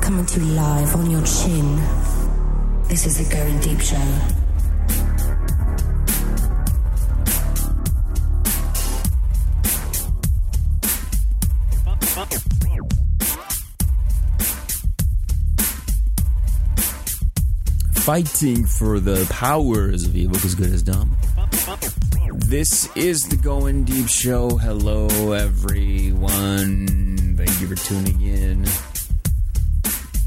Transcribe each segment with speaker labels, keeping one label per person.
Speaker 1: coming to you live on your chin. This is the Going Deep Show.
Speaker 2: fighting for the powers of evil because good is dumb. This is the Going Deep Show. Hello, everyone. Thank you for tuning in.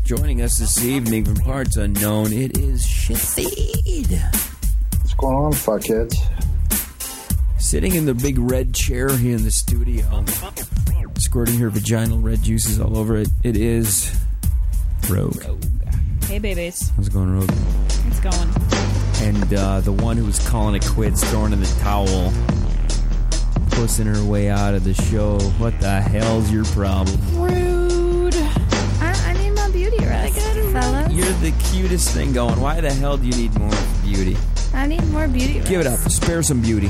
Speaker 2: Joining us this evening from parts unknown, it is Shafid.
Speaker 3: What's going on, fuckheads?
Speaker 2: Sitting in the big red chair here in the studio, squirting her vaginal red juices all over it. It is Rogue.
Speaker 4: Hey, babies.
Speaker 2: How's it going, Rogue?
Speaker 4: It's going.
Speaker 2: and uh, the one who was calling it quits, throwing in the towel, pushing her way out of the show. What the hell's your problem?
Speaker 4: Rude. I, I need my beauty rest, fellas.
Speaker 2: You're the cutest thing going. Why the hell do you need more beauty?
Speaker 4: I need more beauty rest.
Speaker 2: Give it up. Spare some beauty.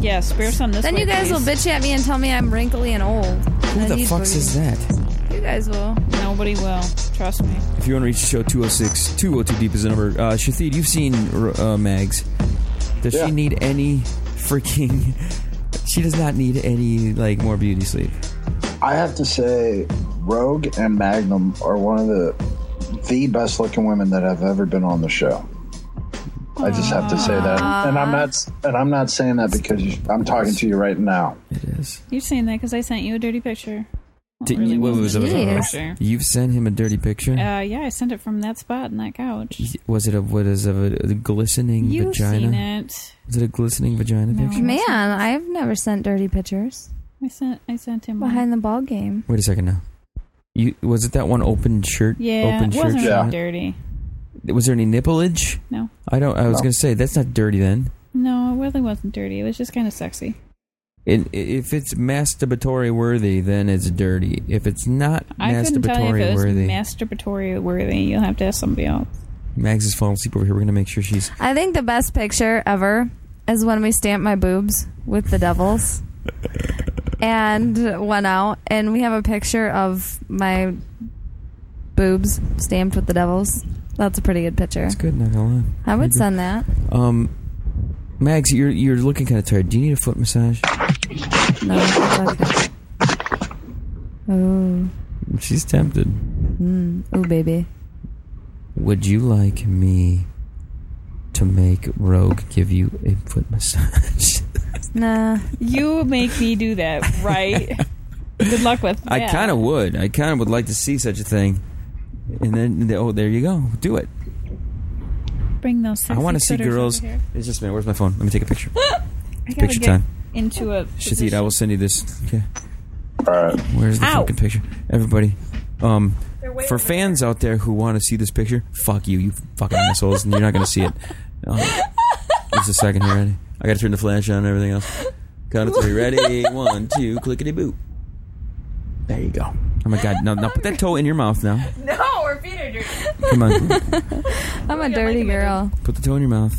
Speaker 4: Yeah, spare some this
Speaker 5: Then you guys will bitch at me and tell me I'm wrinkly and old.
Speaker 2: Who the fuck is that?
Speaker 5: You guys will.
Speaker 4: Nobody will. Trust me.
Speaker 2: If you want to reach the show, 206 202 Deep is the number. Uh, Shathid, you've seen uh, Mags. Does
Speaker 3: Yeah.
Speaker 2: she need any freaking. She does not need any like more beauty sleep.
Speaker 3: I have to say, Rogue and Magnum are one of the the best looking women that have ever been on the show. I just have to say that, and I'm not and I'm not saying that because you, I'm talking to you right now.
Speaker 2: It is.
Speaker 4: You've seen that because I sent you a dirty picture. Well,
Speaker 2: Didn't
Speaker 4: really
Speaker 2: you- what was
Speaker 4: a
Speaker 2: it?
Speaker 4: dirty
Speaker 5: Yes.
Speaker 4: picture.
Speaker 2: You've sent him a dirty picture.
Speaker 4: Uh, yeah, I sent it from that spot in that couch.
Speaker 2: Was it a what is a, a glistening
Speaker 4: You've
Speaker 2: vagina?
Speaker 4: seen it.
Speaker 2: Is it a glistening vagina
Speaker 4: No.
Speaker 2: picture?
Speaker 5: Man, I've never sent dirty pictures
Speaker 4: I sent. I sent him. one.
Speaker 5: behind the ball game.
Speaker 2: Wait a second now. You was it that one open shirt?
Speaker 4: Yeah,
Speaker 2: open
Speaker 4: it wasn't really
Speaker 2: shirt.
Speaker 3: Yeah.
Speaker 4: dirty.
Speaker 2: shot? Was there any nippleage?
Speaker 4: No,
Speaker 2: I don't. I was
Speaker 3: No.
Speaker 2: gonna say that's not dirty then.
Speaker 4: no, it really wasn't dirty. It was just kind of sexy.
Speaker 2: It, if it's masturbatory worthy, then it's dirty. If it's not
Speaker 4: I couldn't tell you if
Speaker 2: masturbatory
Speaker 4: it was
Speaker 2: worthy,
Speaker 4: masturbatory worthy. You'll have to ask somebody else.
Speaker 2: Mags is falling asleep over here. We're gonna make sure she's.
Speaker 5: I think the best picture ever is when we stamped my boobs with the devils and went out, and we have a picture of my boobs stamped with the devils. That's a pretty good picture.
Speaker 2: It's good. Not gonna lie.
Speaker 5: I
Speaker 2: You're
Speaker 5: would send that.
Speaker 2: good. Um, Mags, you're you're looking kind of tired. Do you need a foot massage?
Speaker 5: No, it's okay. Ooh, mm,
Speaker 2: She's tempted.
Speaker 5: ooh, baby.
Speaker 2: Would you like me to make Rogue give you a foot massage?
Speaker 5: Nah.
Speaker 4: You make me do that, right? Good luck with that.
Speaker 2: I kind of would. I kind of would like to see such a thing. And then, oh, there you go. Do it.
Speaker 4: bring those. Sexy
Speaker 2: I want to see
Speaker 4: critters
Speaker 2: girls.
Speaker 4: over here.
Speaker 2: It's just a minute. Where's my phone? Let me take a picture.
Speaker 4: I gotta
Speaker 2: picture
Speaker 4: get
Speaker 2: time.
Speaker 4: Into a
Speaker 2: Shazid, I will send you this. Okay.
Speaker 3: All right,
Speaker 2: Where's the
Speaker 4: Ow.
Speaker 2: fucking picture? Everybody. Um, for fans out there who want to see this picture, fuck you, you fucking assholes, and you're not going to see it. Um, just a second here, ready? I got to turn the flash on and everything else. Count of three, ready? One, two, clickety boop. There you go. Oh my god, no, no, put that toe in your mouth now.
Speaker 4: No, we're Peter
Speaker 2: Come on,
Speaker 5: I'm a dirty girl.
Speaker 2: put the toe in your mouth.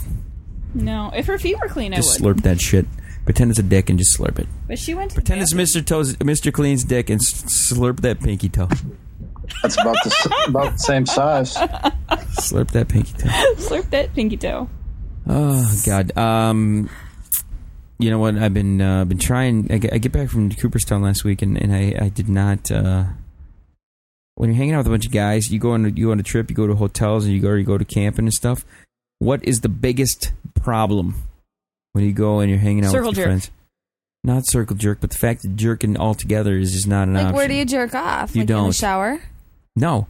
Speaker 4: No, if her feet were clean,
Speaker 2: Just
Speaker 4: I would.
Speaker 2: slurp that shit. Pretend it's a dick and just slurp it.
Speaker 4: But she went to
Speaker 2: Pretend it's
Speaker 4: bathroom.
Speaker 2: Mr. Toes, Mr. Clean's dick and s- slurp that pinky toe.
Speaker 3: that's about the s- about the same size.
Speaker 2: Slurp that pinky toe.
Speaker 4: Slurp that pinky toe.
Speaker 2: Oh God. Um, you know what? I've been uh, been trying. I get, I get back from Cooperstown last week, and, and I, I did not. Uh, when you're hanging out with a bunch of guys, you go on a- you go on a trip, you go to hotels, and you go you go to camping and stuff. What is the biggest problem when you go and you're hanging out
Speaker 4: Circle
Speaker 2: with your
Speaker 4: jerk.
Speaker 2: friends? Not circle jerk, but the fact that jerking altogether is just not an
Speaker 5: Like,
Speaker 2: option.
Speaker 5: where do you jerk off?
Speaker 2: You
Speaker 5: like in
Speaker 2: don't.
Speaker 5: the shower?
Speaker 2: No.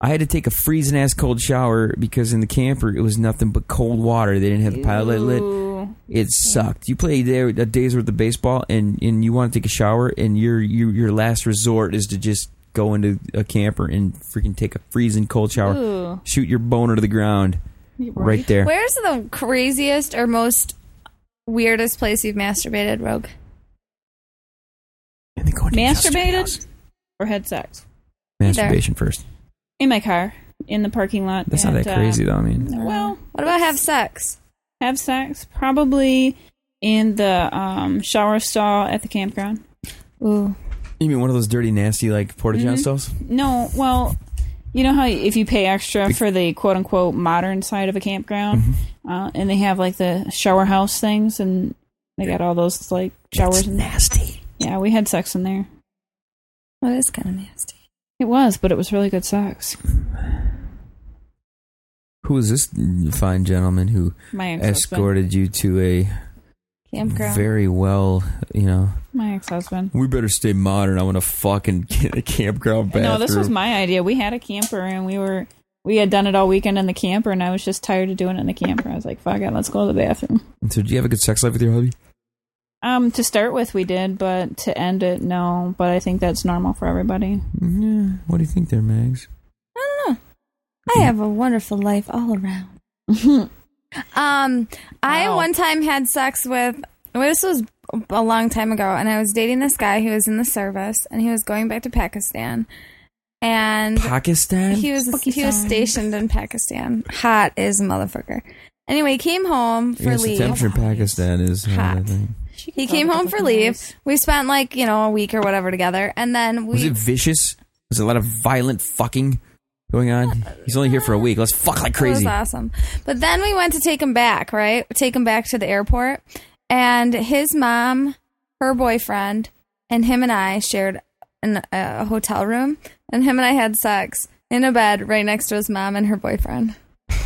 Speaker 2: I had to take a freezing ass cold shower because in the camper it was nothing but cold water. They didn't have the pilot lit.
Speaker 4: Ooh.
Speaker 2: It sucked. You play a, day, a day's worth of baseball, and, and you want to take a shower, and your your your last resort is to just go into a camper and freaking take a freezing cold shower,
Speaker 4: Ooh.
Speaker 2: shoot your boner to the ground right there.
Speaker 5: Where's the craziest or most weirdest place you've masturbated, Rogue?
Speaker 2: And then go into
Speaker 4: Masturbated or had sex
Speaker 2: masturbation first.
Speaker 4: in my car in the parking lot.
Speaker 2: That's not
Speaker 4: at,
Speaker 2: that
Speaker 4: uh,
Speaker 2: crazy though. I mean,
Speaker 4: Well,
Speaker 5: What about have sex?
Speaker 4: have sex probably in the um, shower stall at the campground.
Speaker 5: Ooh.
Speaker 2: You mean one of those dirty, nasty, like porta
Speaker 4: Mm-hmm.
Speaker 2: john stalls?
Speaker 6: No, well, you know how if you pay extra for the quote unquote modern side of a campground,
Speaker 2: Mm-hmm.
Speaker 6: uh, and they have like the shower house things, and they got all those like showers. And,
Speaker 2: nasty.
Speaker 6: yeah, we had sex in there.
Speaker 5: Well, it's kind of nasty.
Speaker 6: It was, but it was really good sex.
Speaker 2: Who is this fine gentleman who
Speaker 6: My ex-husband.
Speaker 2: escorted you to a
Speaker 5: Campground.
Speaker 2: very well, you know?
Speaker 6: My ex-husband.
Speaker 2: We better stay modern. I want to fucking get a campground bathroom.
Speaker 6: No, this was my idea. We had a camper, and we were we had done it all weekend in the camper, and I was just tired of doing it in the camper. I was like, "Fuck it, let's go to the bathroom."
Speaker 2: So, do you have a good sex life with your hubby?
Speaker 6: Um, to start with, we did, but to end it, no. But I think that's normal for everybody.
Speaker 2: Yeah. What do you think there, Mags?
Speaker 5: I don't know. I have a wonderful life all around. um, I
Speaker 6: Wow.
Speaker 5: one time had sex with. Well, this was a long time ago, and I was dating this guy who was in the service, and he was going back to Pakistan, and
Speaker 2: Pakistan?
Speaker 5: he was he was stationed in Pakistan. Hot is a motherfucker. Anyway, he came home for
Speaker 2: yes, the
Speaker 5: leave.
Speaker 2: temperature in Pakistan is hot. I
Speaker 5: Hot.
Speaker 2: think.
Speaker 5: He came
Speaker 6: Oh,
Speaker 5: home for leave. We spent like you know a week or whatever together, and then we
Speaker 2: Was it vicious? Was there a lot of violent fucking going on? He's only here for a week. Let's fuck like crazy.
Speaker 5: It was awesome. But then we went to take him back, right? Take him back to the airport. And his mom, her boyfriend, and him and I shared an, a hotel room. And him and I had sex in a bed right next to his mom and her boyfriend.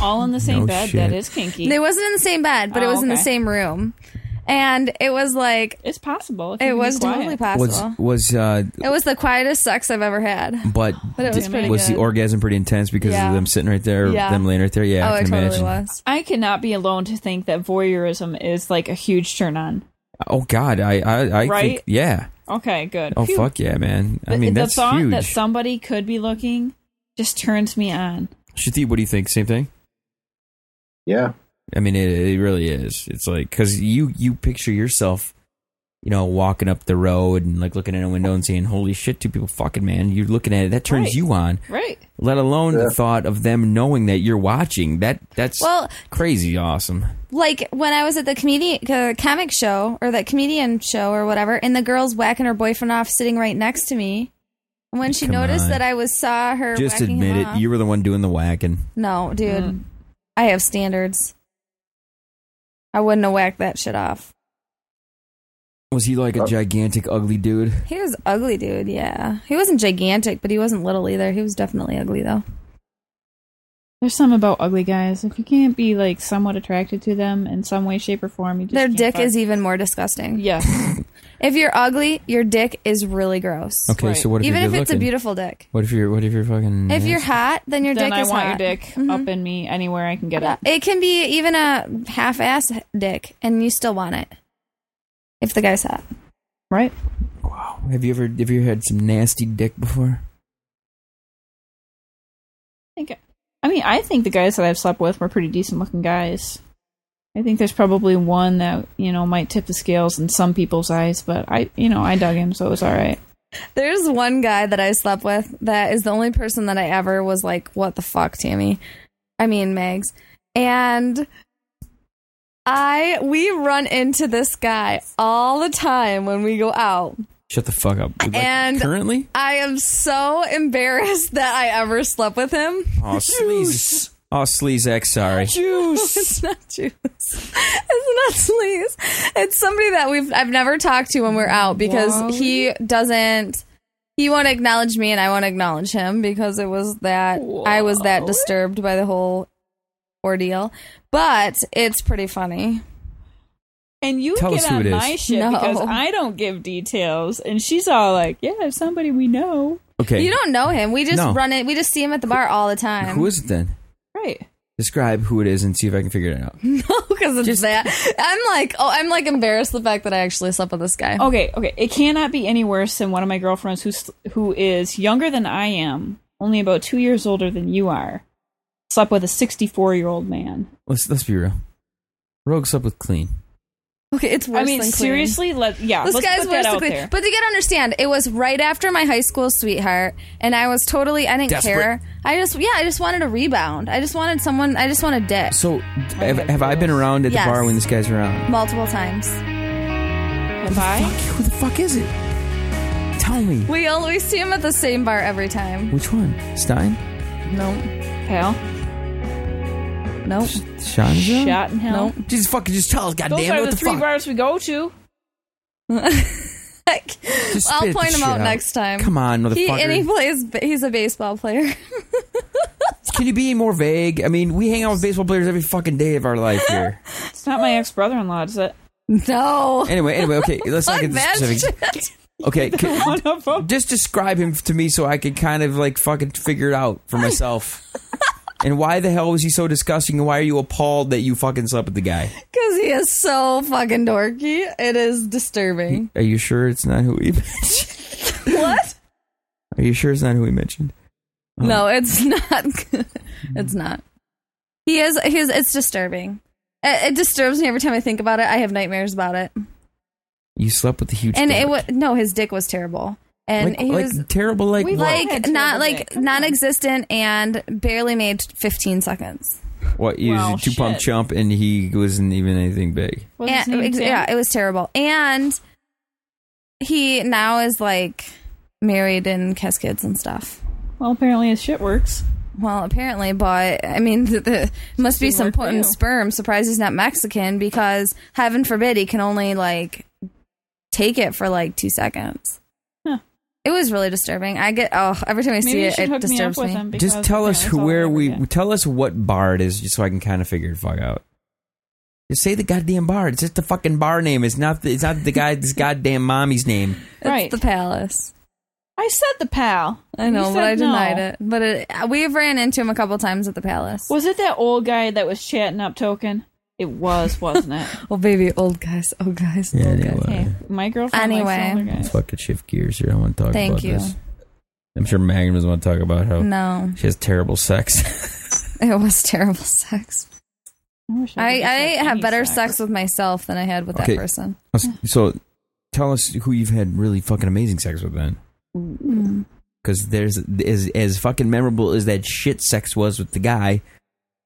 Speaker 6: All in the same
Speaker 2: No
Speaker 6: bed.
Speaker 2: shit.
Speaker 6: That is kinky.
Speaker 5: They wasn't in the same bed, but it
Speaker 6: Oh,
Speaker 5: was in the
Speaker 6: okay.
Speaker 5: same room. And it was like,
Speaker 6: it's possible. if you
Speaker 5: it
Speaker 6: can be
Speaker 5: was
Speaker 6: quiet.
Speaker 5: totally
Speaker 2: Was
Speaker 5: possible.
Speaker 2: was uh
Speaker 5: it was the quietest sex I've ever had.
Speaker 2: but,
Speaker 5: But it was
Speaker 2: di-
Speaker 5: pretty
Speaker 2: was the
Speaker 5: good.
Speaker 2: orgasm pretty intense because
Speaker 5: Yeah.
Speaker 2: of them sitting right there,
Speaker 5: Yeah.
Speaker 2: them laying right there? Yeah,
Speaker 5: oh,
Speaker 2: I
Speaker 5: it
Speaker 2: can
Speaker 5: totally
Speaker 2: imagine.
Speaker 5: was.
Speaker 6: I cannot be alone to think that voyeurism is like a huge turn on.
Speaker 2: Oh god, I I, I think
Speaker 6: Right?
Speaker 2: yeah.
Speaker 6: Okay, good.
Speaker 2: Oh
Speaker 6: Phew.
Speaker 2: fuck yeah, man. I
Speaker 6: The-
Speaker 2: mean
Speaker 6: the
Speaker 2: that's
Speaker 6: thought
Speaker 2: huge.
Speaker 6: that somebody could be looking just turns me on.
Speaker 2: Shati, what do you think? Same thing?
Speaker 3: Yeah.
Speaker 2: I mean, it, it really is. It's like because you you picture yourself, you know, walking up the road and like looking in a window and saying, "Holy shit, two people fucking man!" You're looking at it. That turns
Speaker 6: Right.
Speaker 2: you on.
Speaker 6: Right.
Speaker 2: Let alone
Speaker 3: Yeah.
Speaker 2: the thought of them knowing that you're watching. That that's
Speaker 5: Well,
Speaker 2: crazy awesome.
Speaker 5: like when I was at the comedian uh, comic show or that comedian show or whatever, and the girl's whacking her boyfriend off sitting right next to me. And when she
Speaker 2: Come
Speaker 5: noticed
Speaker 2: on.
Speaker 5: that I was saw her,
Speaker 2: Just
Speaker 5: whacking
Speaker 2: admit
Speaker 5: him
Speaker 2: it.
Speaker 5: off-
Speaker 2: You were the one doing the whacking.
Speaker 5: no, dude,
Speaker 6: Mm.
Speaker 5: I have standards. I wouldn't have whacked that shit off.
Speaker 2: Was he like a gigantic, ugly dude?
Speaker 5: He was ugly, dude. Yeah, he wasn't gigantic, but he wasn't little either. He was definitely ugly though.
Speaker 6: There's some about ugly guys. If you can't be like somewhat attracted to them in some way, shape, or form, you just
Speaker 5: Their
Speaker 6: can't
Speaker 5: dick
Speaker 6: fuck.
Speaker 5: is even more disgusting.
Speaker 6: yes.
Speaker 5: If you're ugly, your dick is really gross.
Speaker 2: Okay,
Speaker 6: Right.
Speaker 2: so what if
Speaker 5: even
Speaker 2: you're
Speaker 5: if
Speaker 2: good
Speaker 5: it's a
Speaker 2: looking?
Speaker 5: beautiful dick.
Speaker 2: What if you're what if you're fucking?
Speaker 5: If you're hot, then your
Speaker 6: then
Speaker 5: dick
Speaker 6: I
Speaker 5: is
Speaker 6: want
Speaker 5: hot.
Speaker 6: your dick Mm-hmm.
Speaker 5: Mhm.
Speaker 6: up in me anywhere I can get it.
Speaker 5: It can be even a half ass dick, and you still want it. If the guy's hot.
Speaker 6: Right.
Speaker 2: wow, have you ever have you had some nasty dick before?
Speaker 6: I think. I mean, I think the guys that I've slept with were pretty decent looking guys. I think there's probably one that you know might tip the scales in some people's eyes, but I, you know, I dug him, so it was all right.
Speaker 5: There's one guy that I slept with that is the only person that I ever was like, what the fuck, Tammy? I mean, Megs. And I, we run into this guy all the time when we go out.
Speaker 2: Shut the fuck up. Like,
Speaker 5: And-
Speaker 2: currently,
Speaker 5: I am so embarrassed that I ever slept with him.
Speaker 2: oh sleaze, oh sleaze X, sorry.
Speaker 5: It's not juice. It's not sleaze. It's somebody that we've I've never talked to when we're out because he doesn't he won't acknowledge me and I won't acknowledge him because it was that I was that disturbed by the whole ordeal. But it's pretty funny.
Speaker 6: And you
Speaker 2: Tell
Speaker 6: get
Speaker 2: us who
Speaker 6: on
Speaker 2: it is.
Speaker 6: my shit
Speaker 5: No.
Speaker 6: because I don't give details, and she's all like, "Yeah, it's somebody we know."
Speaker 2: Okay,
Speaker 5: You don't know him. We just
Speaker 2: No.
Speaker 5: run it we just see him at the bar all the time.
Speaker 2: who is it then?
Speaker 6: Right.
Speaker 2: Describe who it is and see if I can figure it out.
Speaker 5: because it's that. I'm like oh I'm like embarrassed the fact that I actually slept with this guy.
Speaker 6: Okay. Okay. It cannot be any worse than one of my girlfriends who's who is younger than I am, only about two years older than you are. Slept with a 64 year old man.
Speaker 2: Let's let's be real. Rogue slept with clean.
Speaker 5: Okay, it's worse
Speaker 6: I mean,
Speaker 5: than clean.
Speaker 6: seriously, let yeah,
Speaker 5: This
Speaker 6: Ah, let's
Speaker 5: guy's
Speaker 6: put that
Speaker 5: worse than
Speaker 6: out
Speaker 5: Queen.
Speaker 6: there.
Speaker 5: But you gotta understand, it was right after my high school sweetheart, and I was totally I didn't
Speaker 2: Desperate.
Speaker 5: care. I just yeah, I just wanted a rebound. I just wanted someone. I just wanted dick
Speaker 2: So have, have I been around at
Speaker 5: Yes.
Speaker 2: the bar when this guy's around?
Speaker 5: multiple times.
Speaker 6: Have I?
Speaker 2: Who the fuck is it? Tell me.
Speaker 5: We always see him at the same bar every time.
Speaker 2: Which one? Stein?
Speaker 5: Nope.
Speaker 6: Pal.
Speaker 5: Nope.
Speaker 2: Shanza?
Speaker 6: Shot in hell.
Speaker 5: Nope.
Speaker 2: Just fucking just tell us, goddamn
Speaker 6: Those
Speaker 2: it,
Speaker 6: are
Speaker 2: what
Speaker 6: the three
Speaker 2: fuck?
Speaker 6: bars we go to.
Speaker 2: Just
Speaker 5: I'll
Speaker 2: spit
Speaker 5: point
Speaker 2: the
Speaker 5: him
Speaker 2: shit
Speaker 5: out next time.
Speaker 2: Come on, motherfucker.
Speaker 5: He, and he plays. ba- He's a baseball player.
Speaker 2: Can you be more vague? I mean, we hang out with baseball players every fucking day of our life here.
Speaker 6: It's not my ex brother in law, is it?
Speaker 5: No.
Speaker 2: Anyway, anyway, okay, let's not
Speaker 5: Fuck
Speaker 2: get
Speaker 5: that
Speaker 2: this specific.
Speaker 5: shit.
Speaker 2: Okay, can-
Speaker 6: One of them.
Speaker 2: just describe him to me so I could kind of like fucking figure it out for myself. and why the hell was he so disgusting? And why are you appalled that you fucking slept with the guy?
Speaker 5: Because he is so fucking dorky. It is disturbing.
Speaker 2: Are you sure it's not who he?
Speaker 5: what?
Speaker 2: Are you sure it's not who he mentioned? Oh,
Speaker 5: No, it's not. good. it's
Speaker 2: Hmm.
Speaker 5: not. He is. He is. It's disturbing. It, it disturbs me every time I think about it. I have nightmares about it.
Speaker 2: You slept with the huge.
Speaker 5: And it
Speaker 2: dick.
Speaker 5: was no. His dick was terrible. And
Speaker 2: like,
Speaker 5: he
Speaker 2: like
Speaker 5: was
Speaker 2: terrible. Like
Speaker 6: We
Speaker 2: what?
Speaker 6: I've had
Speaker 5: like
Speaker 6: terrible
Speaker 5: not
Speaker 6: dick.
Speaker 5: like
Speaker 6: Come on.
Speaker 5: non-existent and barely made 15 seconds.
Speaker 2: What? He
Speaker 6: Well,
Speaker 2: was a two pump
Speaker 6: shit.
Speaker 2: chump, and he wasn't even anything big.
Speaker 6: Was his
Speaker 5: And-
Speaker 6: name
Speaker 5: ex-
Speaker 6: Tim?
Speaker 5: yeah, it was terrible. And he now is like married and has kids and stuff.
Speaker 6: Well, apparently his shit works.
Speaker 5: Well, apparently, but I mean, the, the must be
Speaker 6: Didn't
Speaker 5: some
Speaker 6: work for
Speaker 5: potent
Speaker 6: you.
Speaker 5: sperm. Surprised he's not Mexican because heaven forbid he can only like take it for like two seconds.
Speaker 6: Huh.
Speaker 5: It was really disturbing. I get oh every time I
Speaker 6: Maybe
Speaker 5: see
Speaker 6: you
Speaker 5: it,
Speaker 6: should
Speaker 5: it
Speaker 6: hook me up
Speaker 5: disturbs
Speaker 6: with
Speaker 5: me.
Speaker 6: him.
Speaker 2: Just
Speaker 6: because,
Speaker 2: tell
Speaker 6: you know,
Speaker 2: us
Speaker 6: that's all I
Speaker 2: where
Speaker 6: ever
Speaker 2: we
Speaker 6: get.
Speaker 2: tell us what bar it is, just so I can kind of figure the fuck out. Just say the goddamn bar. It's just the fucking bar name. It's not. The, it's not the guy. This goddamn mommy's name.
Speaker 5: It's
Speaker 6: Right.
Speaker 5: the palace.
Speaker 6: I said the pal.
Speaker 5: I know,
Speaker 6: You
Speaker 5: but
Speaker 6: said
Speaker 5: I denied
Speaker 6: no.
Speaker 5: it. But it, we've ran into him a couple times at the palace.
Speaker 6: Was it that old guy that was chatting up token? It was, wasn't it?
Speaker 5: Oh baby, old guys, old guys,
Speaker 2: Yeah,
Speaker 5: old
Speaker 2: they
Speaker 5: guys.
Speaker 2: were.
Speaker 6: Okay, my girlfriend.
Speaker 5: Anyway.
Speaker 6: likes older
Speaker 2: Let's
Speaker 6: guys.
Speaker 2: fucking shift gears here. I want to talk
Speaker 5: Thank
Speaker 2: about
Speaker 5: you.
Speaker 2: this. I'm sure Magnum doesn't want to talk about how
Speaker 5: No,
Speaker 2: she has terrible sex.
Speaker 5: it was terrible sex.
Speaker 6: I, wish
Speaker 5: I,
Speaker 6: could
Speaker 5: I
Speaker 6: just have
Speaker 5: have
Speaker 6: any
Speaker 5: better sex with myself than I had with
Speaker 2: Okay.
Speaker 5: that person.
Speaker 2: so, tell us who you've had really fucking amazing sex with then. Because there's as as fucking memorable as that shit sex was with the guy.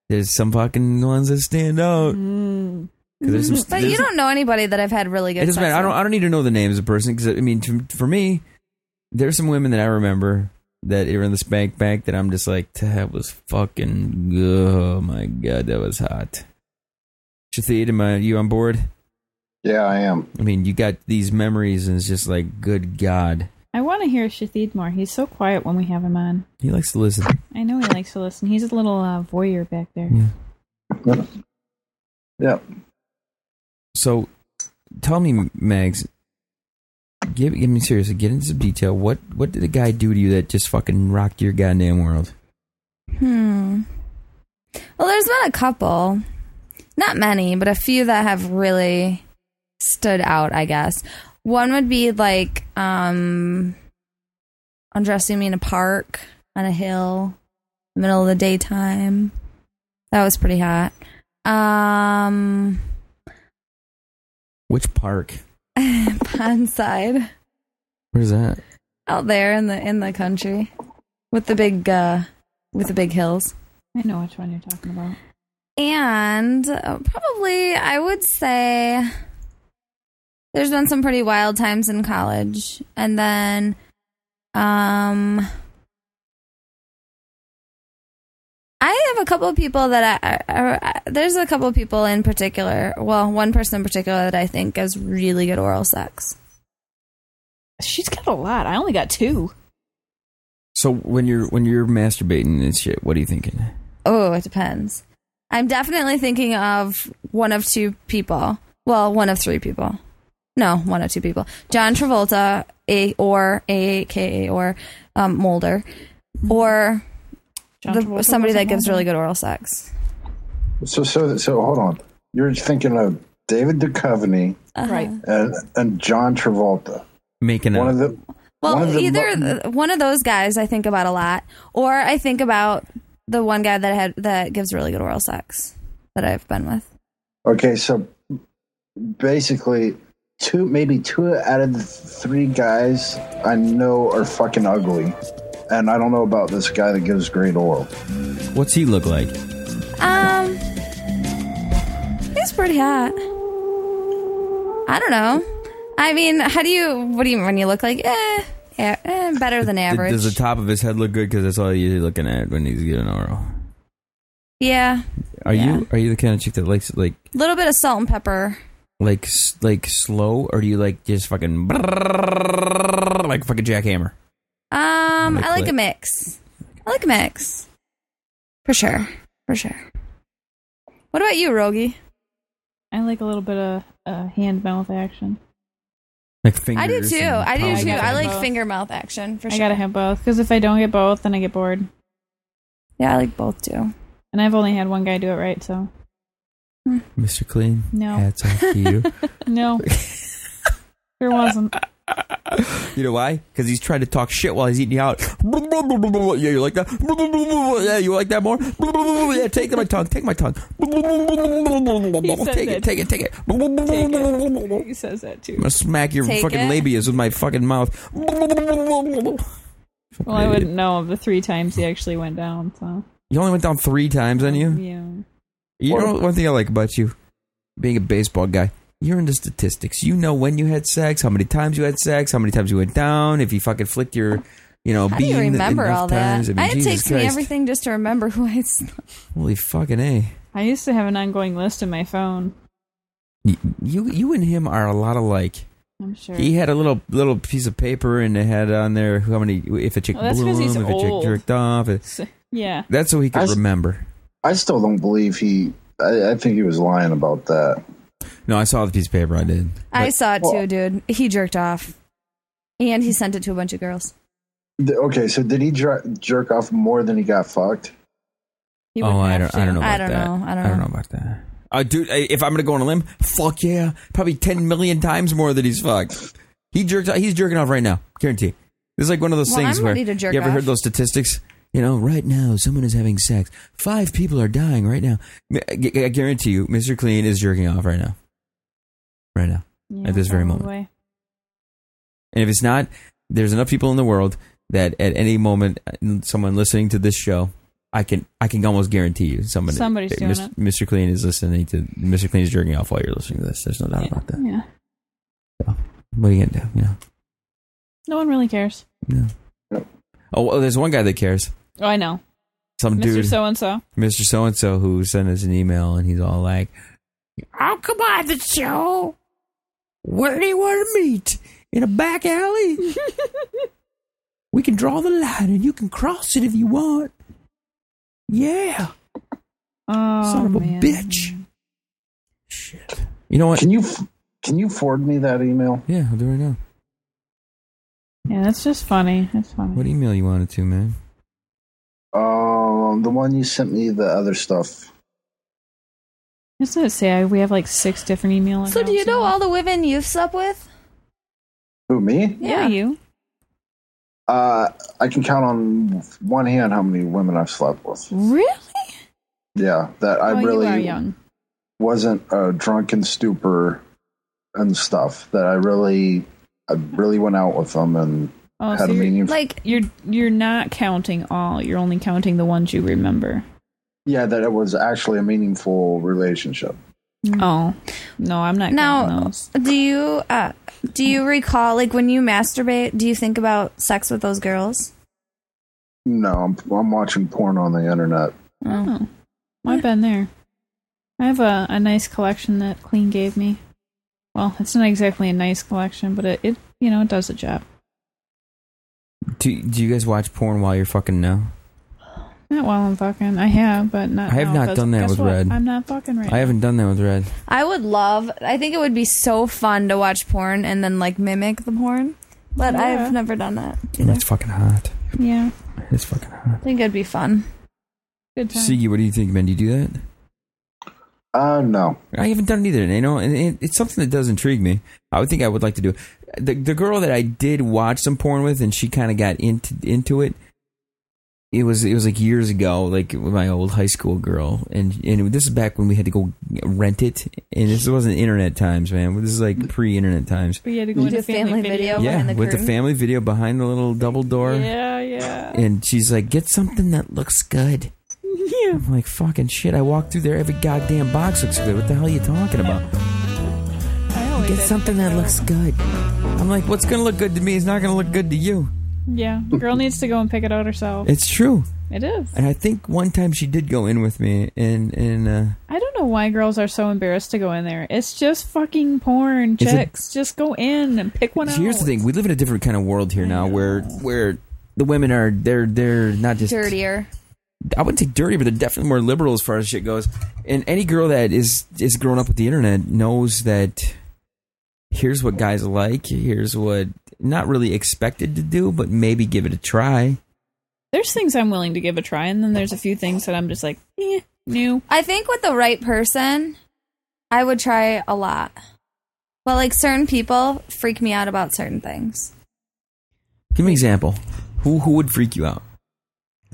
Speaker 2: There's some fucking ones that stand out.
Speaker 6: Mm.
Speaker 2: 'Cause there's some-
Speaker 5: But
Speaker 2: there's-
Speaker 5: you don't know anybody that I've had really good.
Speaker 2: It doesn't
Speaker 5: sex
Speaker 2: matter. I
Speaker 5: with.
Speaker 2: don't. I don't need to know the names of the person because I mean, to, for me, there's some women that I remember that are in the spank bank that I'm just like, that was fucking. Oh my god, that was hot. Shathid, am I you on board?
Speaker 3: Yeah, I am.
Speaker 2: I mean, you got these memories, and it's just like, good god,
Speaker 6: I want to hear Shathid more. He's so quiet when we have him on.
Speaker 2: he likes to listen.
Speaker 6: I know he likes to listen. He's a little uh, voyeur back there.
Speaker 3: Yeah.
Speaker 2: So, tell me, Mags. Give, give me seriously. Get into some detail. What what did the guy do to you that just fucking rocked your goddamn world?
Speaker 5: Hmm. Well, there's been a couple, not many, but a few that have really stood out. I guess one would be like um, undressing me in a park on a hill, middle of the daytime. That was pretty hot. Um,
Speaker 2: Which park?
Speaker 5: Pondside
Speaker 2: Where's that?
Speaker 5: out there in the in the country with the big uh, with the big hills.
Speaker 6: I know which one you're talking about.
Speaker 5: And uh, probably, I would say there's been some pretty wild times in college. And then, um, I have a couple of people that I, I, I, there's a couple of people in particular. Well, one person in particular that I think gives really good oral sex.
Speaker 6: She's got a lot. I only got two.
Speaker 2: So when you're when you're masturbating and shit, what are you thinking?
Speaker 5: Oh, it depends. I'm definitely thinking of one of two people. Well, one of three people. No, one of two people. John Travolta, a or AKA or um, Mulder, or
Speaker 6: John
Speaker 5: the-
Speaker 6: Travolta
Speaker 5: somebody that
Speaker 6: wasn't
Speaker 5: gives
Speaker 6: one
Speaker 5: really
Speaker 6: of
Speaker 5: good oral sex.
Speaker 3: So so so hold on. You're thinking of David Duchovny
Speaker 6: them.
Speaker 5: Uh-huh.
Speaker 6: Right.
Speaker 3: and and John Travolta.
Speaker 2: Making
Speaker 3: One
Speaker 2: out.
Speaker 3: of the One of
Speaker 5: Well,
Speaker 3: the
Speaker 5: either
Speaker 3: mo-
Speaker 5: th- one of those guys I think about a lot, or I think about the one guy that had that gives really good oral sex that I've been with.
Speaker 3: Okay, so basically two maybe two out of the three guys I know are fucking ugly. And I don't know about this guy that gives great oral.
Speaker 2: What's he look like?
Speaker 5: Um, he's pretty hot. I don't know. I mean, how do you? What do you when you look like? Eh, a- eh, better than
Speaker 2: Th-
Speaker 5: average.
Speaker 2: Does the top of his head look good? Because that's all you're looking at when he's getting oral.
Speaker 5: yeah,
Speaker 2: Are
Speaker 5: Yeah.
Speaker 2: you are you the kind of chick that likes like
Speaker 5: a little bit of salt and pepper.
Speaker 2: like s- like slow, or do you like just fucking like fucking jackhammer?
Speaker 5: Um,
Speaker 2: Like
Speaker 5: I like
Speaker 2: what?
Speaker 5: a mix. I like a mix. For sure. For sure. What about you, Rogi?
Speaker 6: I like a little bit of uh, hand mouth action.
Speaker 2: Like fingers.
Speaker 5: I do too.
Speaker 2: and
Speaker 5: I do
Speaker 2: palms
Speaker 5: too.
Speaker 2: and-
Speaker 5: I
Speaker 6: gotta
Speaker 5: like
Speaker 6: have both.
Speaker 5: finger mouth action for
Speaker 6: I
Speaker 5: sure.
Speaker 6: gotta have both because if I don't get both, then I get bored.
Speaker 5: yeah, I like both too.
Speaker 6: And I've only had one guy do it right, so
Speaker 2: Mr. Clean.
Speaker 6: No.
Speaker 2: Hats off to you.
Speaker 6: no, there wasn't.
Speaker 2: You know why? Because he's trying to talk shit while he's eating you out. Yeah, you like that? Yeah, you like that more? Yeah, take my tongue. Take my tongue.
Speaker 6: said
Speaker 2: Take it.
Speaker 6: that.
Speaker 2: Take it. Take it.
Speaker 6: He says that
Speaker 2: I'm
Speaker 6: too.
Speaker 2: gonna smack your
Speaker 5: Take
Speaker 2: fucking
Speaker 5: it.
Speaker 2: labias with my fucking mouth.
Speaker 6: Well, I wouldn't know of the three times he actually went down. So
Speaker 2: You only went down three times on you.
Speaker 6: yeah.
Speaker 2: You know one thing I like about you, being a baseball guy. You're into statistics. You know when you had sex, how many times you had sex, how many times you went down, if you fucking flicked your, you know,
Speaker 5: How do you
Speaker 2: bean
Speaker 5: remember
Speaker 2: enough
Speaker 5: all that?
Speaker 2: times. I mean,
Speaker 5: I- it
Speaker 2: Jesus
Speaker 5: takes me
Speaker 2: Christ.
Speaker 5: everything just to remember who I. s-
Speaker 2: Holy fucking a!
Speaker 6: I used to have an ongoing list in my phone.
Speaker 2: Y- You you and him are a lot alike.
Speaker 6: I'm sure.
Speaker 2: He had a little little piece of paper and it had on there how many if a chick
Speaker 6: Oh, that's 'cause
Speaker 2: blew
Speaker 6: he's
Speaker 2: him, if a
Speaker 6: old.
Speaker 2: chick jerked off. it-
Speaker 6: So- yeah,
Speaker 2: That's so he could
Speaker 3: That's-
Speaker 2: remember.
Speaker 3: I still don't believe he. I, I think he was lying about that.
Speaker 2: No, I saw the piece of paper. I did.
Speaker 5: I
Speaker 2: But-
Speaker 5: saw it too,
Speaker 3: Well-
Speaker 5: dude. He jerked off, and he sent it to a bunch of girls.
Speaker 3: Th- Okay, so did he jer- jerk off more than he got fucked?
Speaker 6: he
Speaker 2: oh,
Speaker 6: wouldn't
Speaker 2: I
Speaker 6: have
Speaker 2: don't.
Speaker 6: to.
Speaker 2: I don't know. About
Speaker 5: I don't
Speaker 2: that.
Speaker 5: know. I don't
Speaker 2: I don't
Speaker 5: know.
Speaker 2: know about that. Uh, dude, I- if I'm gonna go on a limb, fuck yeah, probably ten million times more than he's fucked. He jerked. He's jerking off right now, guarantee. This is like one of those
Speaker 5: Well,
Speaker 2: things
Speaker 5: I'm
Speaker 2: where
Speaker 5: ready to jerk
Speaker 2: you ever heard
Speaker 5: off.
Speaker 2: those statistics? You know, right now someone is having sex. Five people are dying right now. I gu- I guarantee you, Mr. Clean is jerking off right now. Right now.
Speaker 6: Yeah,
Speaker 2: at this very moment.
Speaker 6: probably.
Speaker 2: And if it's not, there's enough people in the world that at any moment, uh, someone listening to this show, I can I can almost guarantee you somebody,
Speaker 6: Somebody's
Speaker 2: uh,
Speaker 6: doing
Speaker 2: Mis-
Speaker 6: it.
Speaker 2: Mr. Clean is listening to Mr. Clean is jerking off while you're listening to this. There's no doubt about that.
Speaker 6: Yeah,
Speaker 2: What are you gonna do? You know,
Speaker 6: no one really cares.
Speaker 2: no.
Speaker 3: Yep.
Speaker 2: Oh, well, there's one guy that cares.
Speaker 6: Oh, I know,
Speaker 2: Some
Speaker 6: Mr.
Speaker 2: dude,
Speaker 6: So and So.
Speaker 2: Mr. So and So, who sent us an email, and he's all like, "Oh, come on, the show. Where do you want to meet? In a back alley? We can draw the line and you can cross it if you want. Yeah.
Speaker 6: Oh
Speaker 2: Son of a
Speaker 6: man.
Speaker 2: bitch. Shit. You know what?
Speaker 3: Can you f- can you forward me that email?
Speaker 2: Yeah, I'll do it right now.
Speaker 6: Yeah, that's just funny. That's funny.
Speaker 2: What email you wanted to, man?
Speaker 3: Um, the one you sent me the other stuff.
Speaker 6: Doesn't it say I- we have like six different email
Speaker 5: So, do
Speaker 6: accounts
Speaker 5: you know
Speaker 6: now?
Speaker 5: all the women you've slept with?
Speaker 3: Who me?
Speaker 6: Yeah, you.
Speaker 3: Uh, I can count on one hand how many women I've slept with.
Speaker 6: Really?
Speaker 3: Yeah, that I
Speaker 6: oh,
Speaker 3: really
Speaker 6: you are young.
Speaker 3: wasn't a drunken stupor and stuff. That I really, I really went out with them and
Speaker 6: Oh,
Speaker 3: had
Speaker 6: so
Speaker 3: a
Speaker 6: you're,
Speaker 3: meaningful.
Speaker 5: Like,
Speaker 6: you're you're not counting all. You're only counting the ones you remember.
Speaker 3: yeah, that it was actually a meaningful relationship.
Speaker 6: Oh no, I'm not counting
Speaker 5: now,
Speaker 6: those.
Speaker 5: do you uh, do you recall like when you masturbate? Do you think about sex with those girls?
Speaker 3: No, I'm, I'm watching porn on the internet.
Speaker 6: Oh, I've been there. I have a, a nice collection that Clean gave me. Well, it's not exactly a nice collection, but it, it you know it does the job.
Speaker 2: Do, do you guys watch porn while you're fucking now?
Speaker 6: Not while I'm fucking. I have, but not.
Speaker 2: I have
Speaker 6: now,
Speaker 2: not
Speaker 6: 'cause
Speaker 2: done that
Speaker 6: guess
Speaker 2: with
Speaker 6: what?
Speaker 2: Red.
Speaker 6: I'm not fucking right.
Speaker 2: I haven't done that with Red.
Speaker 5: I would love. I think it would be so fun to watch porn and then like mimic the porn. But
Speaker 6: Yeah.
Speaker 5: I've never done that. Either.
Speaker 2: That's fucking hot.
Speaker 6: now. Yeah,
Speaker 2: It's fucking hot.
Speaker 5: I think it'd be fun.
Speaker 6: good time.
Speaker 2: Siggy, what do you think, man? Do you do that?
Speaker 3: Uh, no.
Speaker 2: I haven't done it either. You know, and it, it's something that does intrigue me. I would think I would like to do. it. The the girl that I did watch some porn with, and she kind of got into into it. It was it was like years ago, like with my old high school girl, and and this is back when we had to go rent it, and this wasn't internet times, man. This is like pre internet times.
Speaker 6: We had to go
Speaker 5: You
Speaker 6: into
Speaker 5: do
Speaker 6: family,
Speaker 5: family
Speaker 6: video.
Speaker 5: video?
Speaker 2: Yeah,
Speaker 5: behind the
Speaker 2: with the
Speaker 5: curtain.
Speaker 2: family video behind the little double door,
Speaker 6: Yeah, yeah.
Speaker 2: and she's like, "Get something that looks good."
Speaker 6: yeah.
Speaker 2: I'm like, "Fucking shit!" I walked through there, every goddamn box looks good. What the hell are you talking about?
Speaker 6: I always
Speaker 2: get something that looks good. I'm like, what's gonna look good to me is not gonna look good to you.
Speaker 6: Yeah, girl needs to go and pick it out herself.
Speaker 2: It's true.
Speaker 6: It is.
Speaker 2: And I think one time she did go in with me, and and uh,
Speaker 6: I don't know why girls are so embarrassed to go in there. It's just fucking porn,
Speaker 2: Is it-
Speaker 6: chicks. Just go in and pick one out.
Speaker 2: here's the thing: we live in a different kind of world here now, where where the women are they're they're not just
Speaker 5: dirtier.
Speaker 2: I wouldn't say dirty, but they're definitely more liberal as far as shit goes. And any girl that is is grown up with the internet knows that here's what guys like, here's what not really expected to do, but maybe give it a try.
Speaker 6: There's things I'm willing to give a try, and then there's a few things that I'm just like, eh, new.
Speaker 5: I think with the right person, I would try a lot. But like certain people freak me out about certain things.
Speaker 2: Give me an example. Who who would freak you out?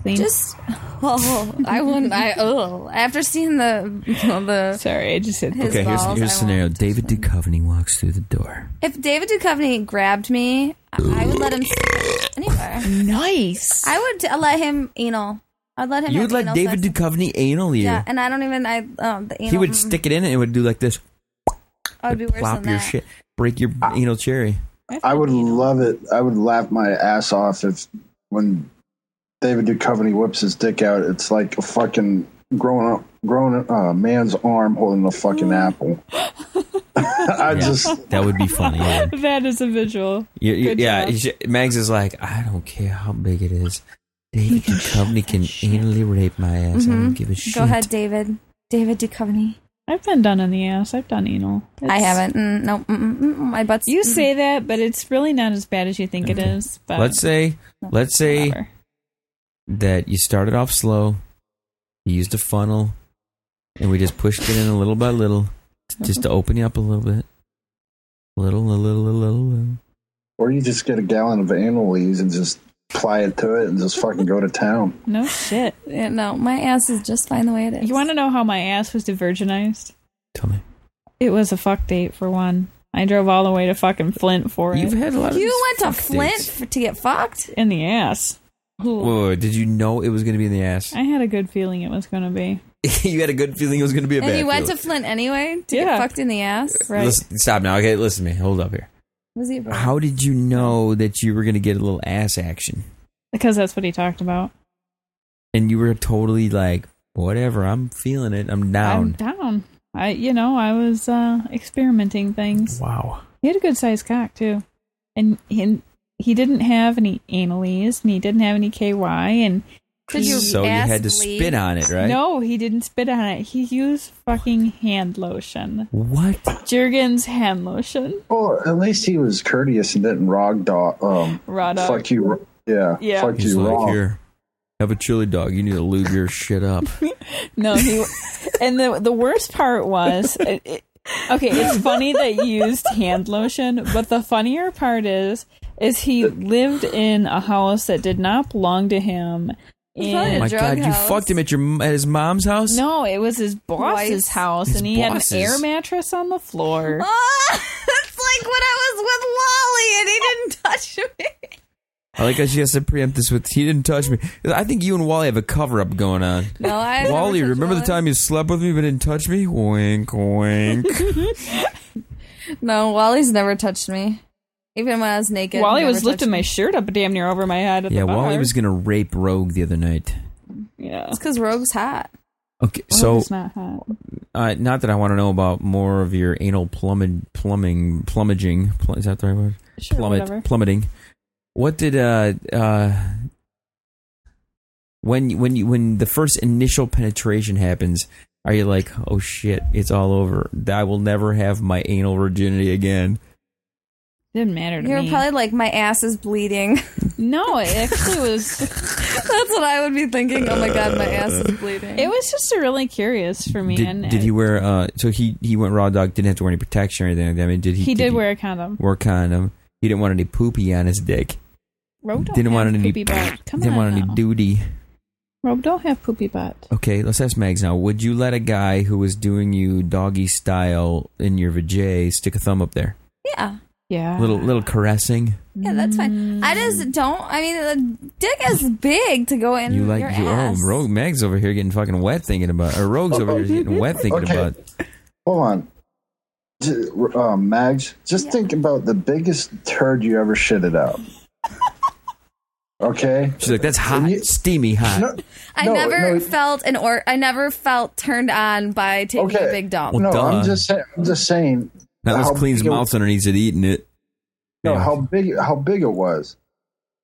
Speaker 6: Clean.
Speaker 5: Just oh, I wouldn't. I oh, after seeing the the
Speaker 6: Sorry, I just said.
Speaker 5: His
Speaker 2: okay, here's
Speaker 5: balls,
Speaker 2: here's
Speaker 5: I
Speaker 2: a scenario.
Speaker 5: won't.
Speaker 2: David Duchovny walks through the door.
Speaker 5: if David Duchovny grabbed me, I I would let him sit anywhere.
Speaker 6: Nice.
Speaker 5: I would uh, let him anal. I'd let him.
Speaker 2: You
Speaker 5: have
Speaker 2: would let
Speaker 5: anal
Speaker 2: David
Speaker 5: sex.
Speaker 2: Duchovny anal you.
Speaker 5: Yeah, and I don't even. I um, the anal.
Speaker 2: he would stick it in and it would do like this.
Speaker 5: I would be worse
Speaker 2: plop
Speaker 5: than
Speaker 2: your
Speaker 5: that.
Speaker 2: shit, break your anal cherry.
Speaker 3: I would love it. I would laugh my ass off if when David Duchovny whips his dick out, it's like a fucking grown up grown uh, man's arm holding a fucking
Speaker 6: Mm.
Speaker 3: apple. I
Speaker 2: Yeah.
Speaker 3: just
Speaker 2: That would be funny. yeah.
Speaker 6: That is a visual.
Speaker 2: You, you,
Speaker 6: Good
Speaker 2: yeah,
Speaker 6: job.
Speaker 2: you should- Mags is like, I don't care how big it is. David Duchovny can anally rape my ass. I don't give a shit.
Speaker 5: Mm-hmm. Go ahead, David. David Duchovny.
Speaker 6: I've been done in the ass. I've done anal.
Speaker 5: I
Speaker 6: It's-
Speaker 5: haven't. Mm, no, mm, mm, mm, my butt's.
Speaker 6: You
Speaker 5: mm.
Speaker 6: say that, but it's really not as bad as you think it
Speaker 2: Okay.
Speaker 6: is. But
Speaker 2: Let's say, let's say
Speaker 6: whatever.
Speaker 2: that you started off slow. You used a funnel, and we just pushed it in a little by little, t- just to open you up a little bit. Little, a little, a little, little.
Speaker 3: or you just get a gallon of analies and just apply it to it and just fucking go to town.
Speaker 6: no shit.
Speaker 5: Yeah, no, my ass is just fine the way it is.
Speaker 6: You want to know how my ass was divergenized?
Speaker 2: Tell me,
Speaker 6: It was a fuck date for one. I drove all the way to fucking Flint for
Speaker 2: you've
Speaker 6: it
Speaker 2: had a lot of.
Speaker 5: You
Speaker 2: these
Speaker 5: went to
Speaker 2: fuck
Speaker 5: Flint
Speaker 2: dates.
Speaker 5: for, to get fucked?
Speaker 6: in the ass.
Speaker 2: Whoa, whoa, whoa, did you know it was going to be in the ass?
Speaker 6: I had a good feeling it was going to be.
Speaker 2: you had a good feeling it was going to be a bad.
Speaker 5: And you went
Speaker 2: feeling.
Speaker 5: to Flint anyway to
Speaker 6: Yeah.
Speaker 5: get fucked in the ass?
Speaker 6: Right.
Speaker 2: Listen, stop now. Okay, listen to me. Hold up here.
Speaker 5: Was he?
Speaker 2: How did you know that you were going to get a little ass action?
Speaker 6: Because that's what he talked about.
Speaker 2: And you were totally like, whatever, I'm feeling it. I'm
Speaker 6: I'm
Speaker 2: down.
Speaker 6: down. I, you know, I was uh, experimenting things.
Speaker 2: wow.
Speaker 6: He had a good sized cock too, and and he didn't have any analies, and he didn't have any KY, and
Speaker 5: Could your
Speaker 2: So you
Speaker 5: ass
Speaker 2: had to
Speaker 5: bleed?
Speaker 2: spit on it, right?
Speaker 6: no, he didn't spit on it. He used fucking hand lotion,
Speaker 2: What?
Speaker 6: Jergens hand lotion.
Speaker 3: Well, at least he was courteous and didn't rog dog. Um,
Speaker 6: Raw dog.
Speaker 3: fuck you. Yeah.
Speaker 6: Yeah.
Speaker 3: Fuck
Speaker 2: He's
Speaker 3: you.
Speaker 2: like,
Speaker 3: wrong.
Speaker 2: here, have a chili dog. You need to lube your shit up.
Speaker 6: No, he. and the the worst part was, it, it- okay, it's funny that you used hand lotion, but the funnier part is, is he lived in a house that did not belong to him.
Speaker 5: He probably
Speaker 2: Oh
Speaker 5: A
Speaker 2: my
Speaker 6: And,
Speaker 5: drug
Speaker 2: God, you
Speaker 5: house.
Speaker 2: fucked him at your at his mom's house?
Speaker 6: no, it was his boss's
Speaker 5: Wife's-
Speaker 6: house,
Speaker 2: His
Speaker 6: and he
Speaker 2: boss's.
Speaker 6: had an air mattress on the floor.
Speaker 5: Oh, it's like when I was with Wally and he didn't touch me.
Speaker 2: I like how she has to preempt this with, he didn't touch me. I think you and Wally have a cover up going on.
Speaker 5: No, I.
Speaker 2: Wally, remember the time you slept with me but didn't touch me? Wink, wink.
Speaker 5: No, Wally's never touched me. Even when I was naked.
Speaker 6: Wally
Speaker 5: he
Speaker 6: was
Speaker 5: never
Speaker 6: lifting
Speaker 5: touched
Speaker 6: my
Speaker 5: me.
Speaker 6: shirt up damn near over my head. At
Speaker 2: yeah,
Speaker 6: the bar.
Speaker 2: Wally was going to rape Rogue the other night.
Speaker 6: Yeah,
Speaker 5: It's because Rogue's hot.
Speaker 2: Okay,
Speaker 6: Well,
Speaker 2: so
Speaker 6: it's not hot.
Speaker 2: Uh, not that I want to know about more of your anal plummet, plumbing, plumaging. Pl- is that the right word?
Speaker 6: Sure,
Speaker 2: Plummet,
Speaker 6: whatever.
Speaker 2: plummeting. What did uh uh when when you when the first initial penetration happens? Are you like, oh shit, it's all over? I will never have my anal virginity again.
Speaker 6: Didn't matter to
Speaker 5: You're
Speaker 6: me.
Speaker 5: probably like, my ass is bleeding.
Speaker 6: no, it actually was.
Speaker 5: That's what I would be thinking. Oh my god, my ass is bleeding.
Speaker 6: It was just a really curious for me.
Speaker 2: Did,
Speaker 6: and
Speaker 2: did he wear? Uh, so he he went raw dog. Didn't have to wear any protection or anything. Like that. I mean, did he?
Speaker 6: He, did wear a condom.
Speaker 2: wear condom. He didn't want any poopy on his dick.
Speaker 6: Rogue don't
Speaker 2: Didn't
Speaker 6: have
Speaker 2: want any.
Speaker 6: poopy butt. Come
Speaker 2: didn't
Speaker 6: on
Speaker 2: want
Speaker 6: now.
Speaker 2: any duty.
Speaker 6: Rogue don't have poopy butt.
Speaker 2: Okay, let's ask Mags now. Would you let a guy who was doing you doggy style in your vajay stick a thumb up there?
Speaker 5: yeah.
Speaker 6: Yeah.
Speaker 2: Little
Speaker 5: Uh-huh.
Speaker 2: little caressing.
Speaker 5: Yeah, that's fine. I
Speaker 6: Mm.
Speaker 5: just don't. I mean, the dick is big to go in
Speaker 2: you like
Speaker 5: your
Speaker 2: you
Speaker 5: ass.
Speaker 2: oh rogue Mags over here getting fucking wet thinking about or rogues over here getting wet thinking
Speaker 3: Okay.
Speaker 2: about
Speaker 3: Hold on. D- uh, Mags, just think about the biggest turd you ever shitted out. Okay.
Speaker 2: She's like, that's hot,
Speaker 3: you-
Speaker 2: steamy hot.
Speaker 3: No,
Speaker 5: I
Speaker 3: no,
Speaker 5: never
Speaker 3: no,
Speaker 5: felt an or I never felt turned on by taking
Speaker 3: Okay.
Speaker 5: a big dump.
Speaker 2: Well,
Speaker 3: no,
Speaker 2: duh.
Speaker 3: I'm just saying. I'm just saying.
Speaker 2: That was
Speaker 3: how
Speaker 2: Clean's
Speaker 3: big it-
Speaker 2: mouth underneath it eating it.
Speaker 3: No,
Speaker 2: Yeah.
Speaker 3: how big how big it was.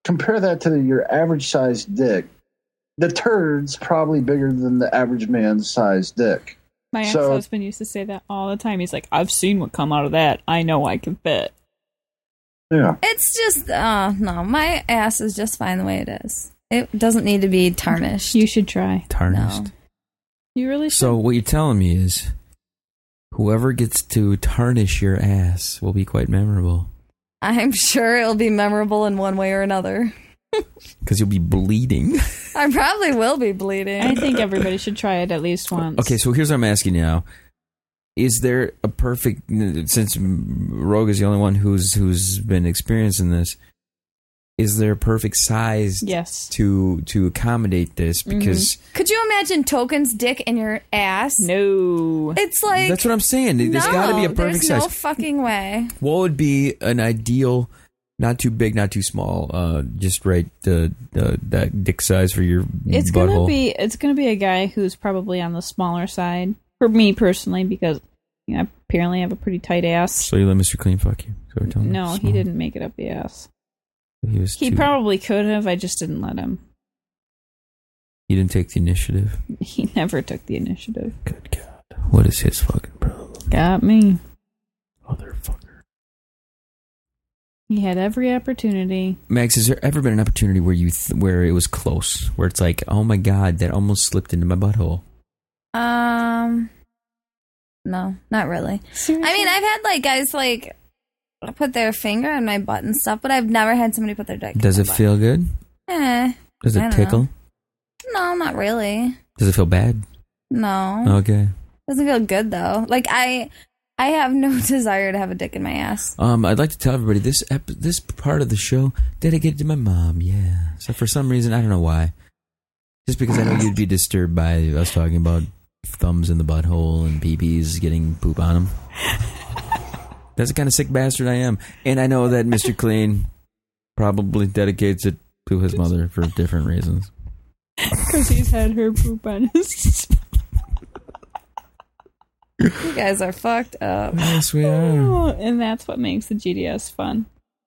Speaker 3: Compare that to your average sized dick. The turd's probably bigger than the average man's sized dick.
Speaker 6: My
Speaker 3: So-
Speaker 6: ex-husband used to say that all the time. He's like, "I've seen what come out of that. I know I can fit."
Speaker 3: Yeah.
Speaker 5: It's just oh no, my ass is just fine the way it is. It doesn't need to be tarnished.
Speaker 6: You should try.
Speaker 2: Tarnished.
Speaker 6: You really should.
Speaker 2: So what you're telling me is, whoever gets to tarnish your ass will be quite memorable
Speaker 5: I'm sure it'll be memorable in one way or another.
Speaker 2: because you'll be bleeding.
Speaker 5: I probably will be bleeding.
Speaker 6: I think everybody should try it at least once.
Speaker 2: Okay, so here's what I'm asking you now: Is there a perfect? Since Rogue is the only one who's who's been experiencing this, is there a perfect size
Speaker 6: Yes.
Speaker 2: to to accommodate this?
Speaker 6: Mm-hmm.
Speaker 2: Because
Speaker 5: Could you imagine Token's dick in your ass?
Speaker 6: No.
Speaker 5: It's like
Speaker 2: that's what I'm saying. There's
Speaker 5: no,
Speaker 2: got to be a perfect
Speaker 5: there's
Speaker 2: size.
Speaker 5: no fucking way.
Speaker 2: what would be an ideal? Not too big, not too small. Uh, just right. Uh, uh, that dick size for your
Speaker 6: It's
Speaker 2: butthole.
Speaker 6: gonna be it's gonna be a guy who's probably on the smaller side for me personally because you know, I apparently have a pretty tight ass.
Speaker 2: So you let Mr. Clean fuck you? So we're telling him
Speaker 6: No, he
Speaker 2: small.
Speaker 6: didn't make it up the ass.
Speaker 2: He was.
Speaker 6: He
Speaker 2: too-
Speaker 6: probably could have. I just didn't let him.
Speaker 2: He didn't take the initiative.
Speaker 6: He never took the initiative.
Speaker 2: Good God! What is his fucking problem?
Speaker 6: Got me.
Speaker 2: Motherfucker.
Speaker 6: He had every opportunity.
Speaker 2: Max, has there ever been an opportunity where you th- where it was close, where it's like, oh my god, that almost slipped into my butthole?
Speaker 5: Um, no, not really.
Speaker 6: Seriously?
Speaker 5: I mean, I've had like guys like put their finger on my butt and stuff, but I've never had somebody put their dick.
Speaker 2: Does
Speaker 5: in
Speaker 2: it
Speaker 5: my
Speaker 2: feel good?
Speaker 5: Butt. Eh,
Speaker 2: Does
Speaker 5: I
Speaker 2: it
Speaker 5: don't
Speaker 2: tickle?
Speaker 5: no, not really.
Speaker 2: Does it feel bad?
Speaker 5: No,
Speaker 2: Okay.
Speaker 5: doesn't feel good though. Like I, I have no desire to have a dick in my ass.
Speaker 2: Um, I'd like to tell everybody this ep- this part of the show dedicated to my mom. Yeah. So for some reason, I don't know why, just because I know you'd be disturbed by us talking about thumbs in the butthole and peepees getting poop on them. That's the kind of sick bastard I am, and I know that Mr. Clean probably dedicates it to his mother for different reasons.
Speaker 6: because he's had her poop on his.
Speaker 5: You guys are fucked up.
Speaker 2: Yes, we are.
Speaker 6: Oh, and that's what makes the GDS fun.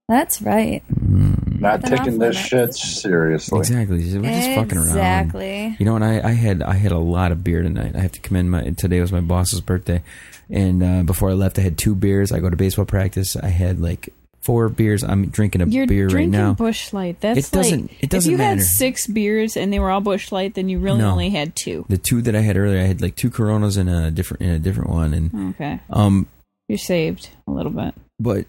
Speaker 5: That's right.
Speaker 3: Not
Speaker 5: Then
Speaker 3: taking
Speaker 5: I'll
Speaker 3: this
Speaker 5: flip
Speaker 3: shit seriously.
Speaker 2: Exactly. We're just fucking around.
Speaker 5: Exactly.
Speaker 2: You know, and I, I had I had a lot of beer tonight. I have to commend my. Today was my boss's birthday, and uh, before I left, I had two beers. I go to baseball practice. I had like four beers. I'm drinking a
Speaker 6: You're
Speaker 2: beer right
Speaker 6: drinking
Speaker 2: now.
Speaker 6: Bushlight. That's
Speaker 2: It doesn't-
Speaker 6: like
Speaker 2: it doesn't
Speaker 6: if you
Speaker 2: matter.
Speaker 6: had six beers and they were all Bushlight, then you really
Speaker 2: No.
Speaker 6: only had two.
Speaker 2: the two that I had earlier, I had like two Coronas and a different and a different one, and
Speaker 6: Okay,
Speaker 2: um,
Speaker 6: you're saved a little bit.
Speaker 2: but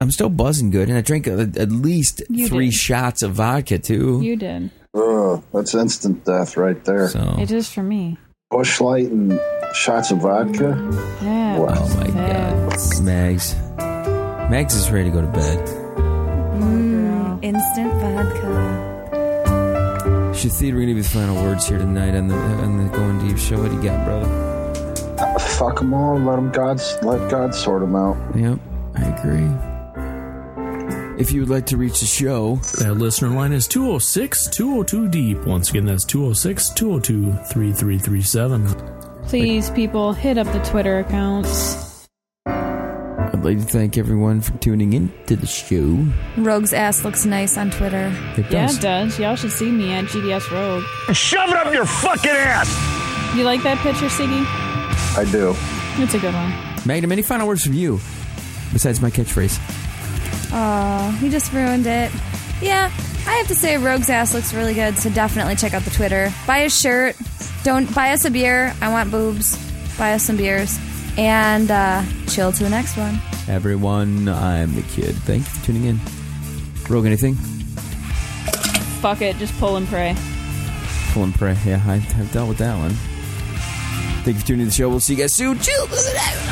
Speaker 2: I'm still buzzing good, and I drank a, at least
Speaker 6: You
Speaker 2: three
Speaker 6: did.
Speaker 2: shots of vodka too.
Speaker 6: You did.
Speaker 3: Ugh, that's instant death right there.
Speaker 2: so
Speaker 6: It is for me.
Speaker 3: Bushlight and shots of vodka.
Speaker 6: Yeah.
Speaker 3: Wow.
Speaker 2: Oh my god. Mags. Mags is ready to go to bed.
Speaker 5: Instant vodka.
Speaker 2: Shathid, we're gonna be the final words here tonight on the on the Going Deep show. What do you got, brother?
Speaker 3: Fuck them all. Let them God's let God sort them out.
Speaker 2: Yep, I agree. If you would like to reach the show,
Speaker 7: That listener line is 206 202 Deep. Once again, that's 206 202 3337.
Speaker 6: Please, people, hit up the Twitter accounts.
Speaker 2: I'd like to thank everyone for tuning in to the show.
Speaker 5: Rogue's ass looks nice on Twitter.
Speaker 2: It
Speaker 6: Yeah,
Speaker 2: does.
Speaker 6: it does. Y'all should see me at GDS Road.
Speaker 8: Shove it up your fucking ass!
Speaker 6: You like that picture, Siggy?
Speaker 3: I do.
Speaker 6: It's a good one.
Speaker 2: Magnum, any final words from you? Besides my catchphrase.
Speaker 5: Oh, he just ruined it. Yeah, I have to say, Rogue's ass looks really good, so definitely check out the Twitter. Buy a shirt. Don't buy us a beer. I want boobs. Buy us some beers. And uh, chill to the next one.
Speaker 2: Everyone, I'm the kid. Thank you for tuning in. Rogue, anything?
Speaker 6: Fuck it. Just pull and pray.
Speaker 2: Pull and pray. Yeah, I, I've dealt with that one. Thank you for tuning in to the show. We'll see you guys soon. Chill.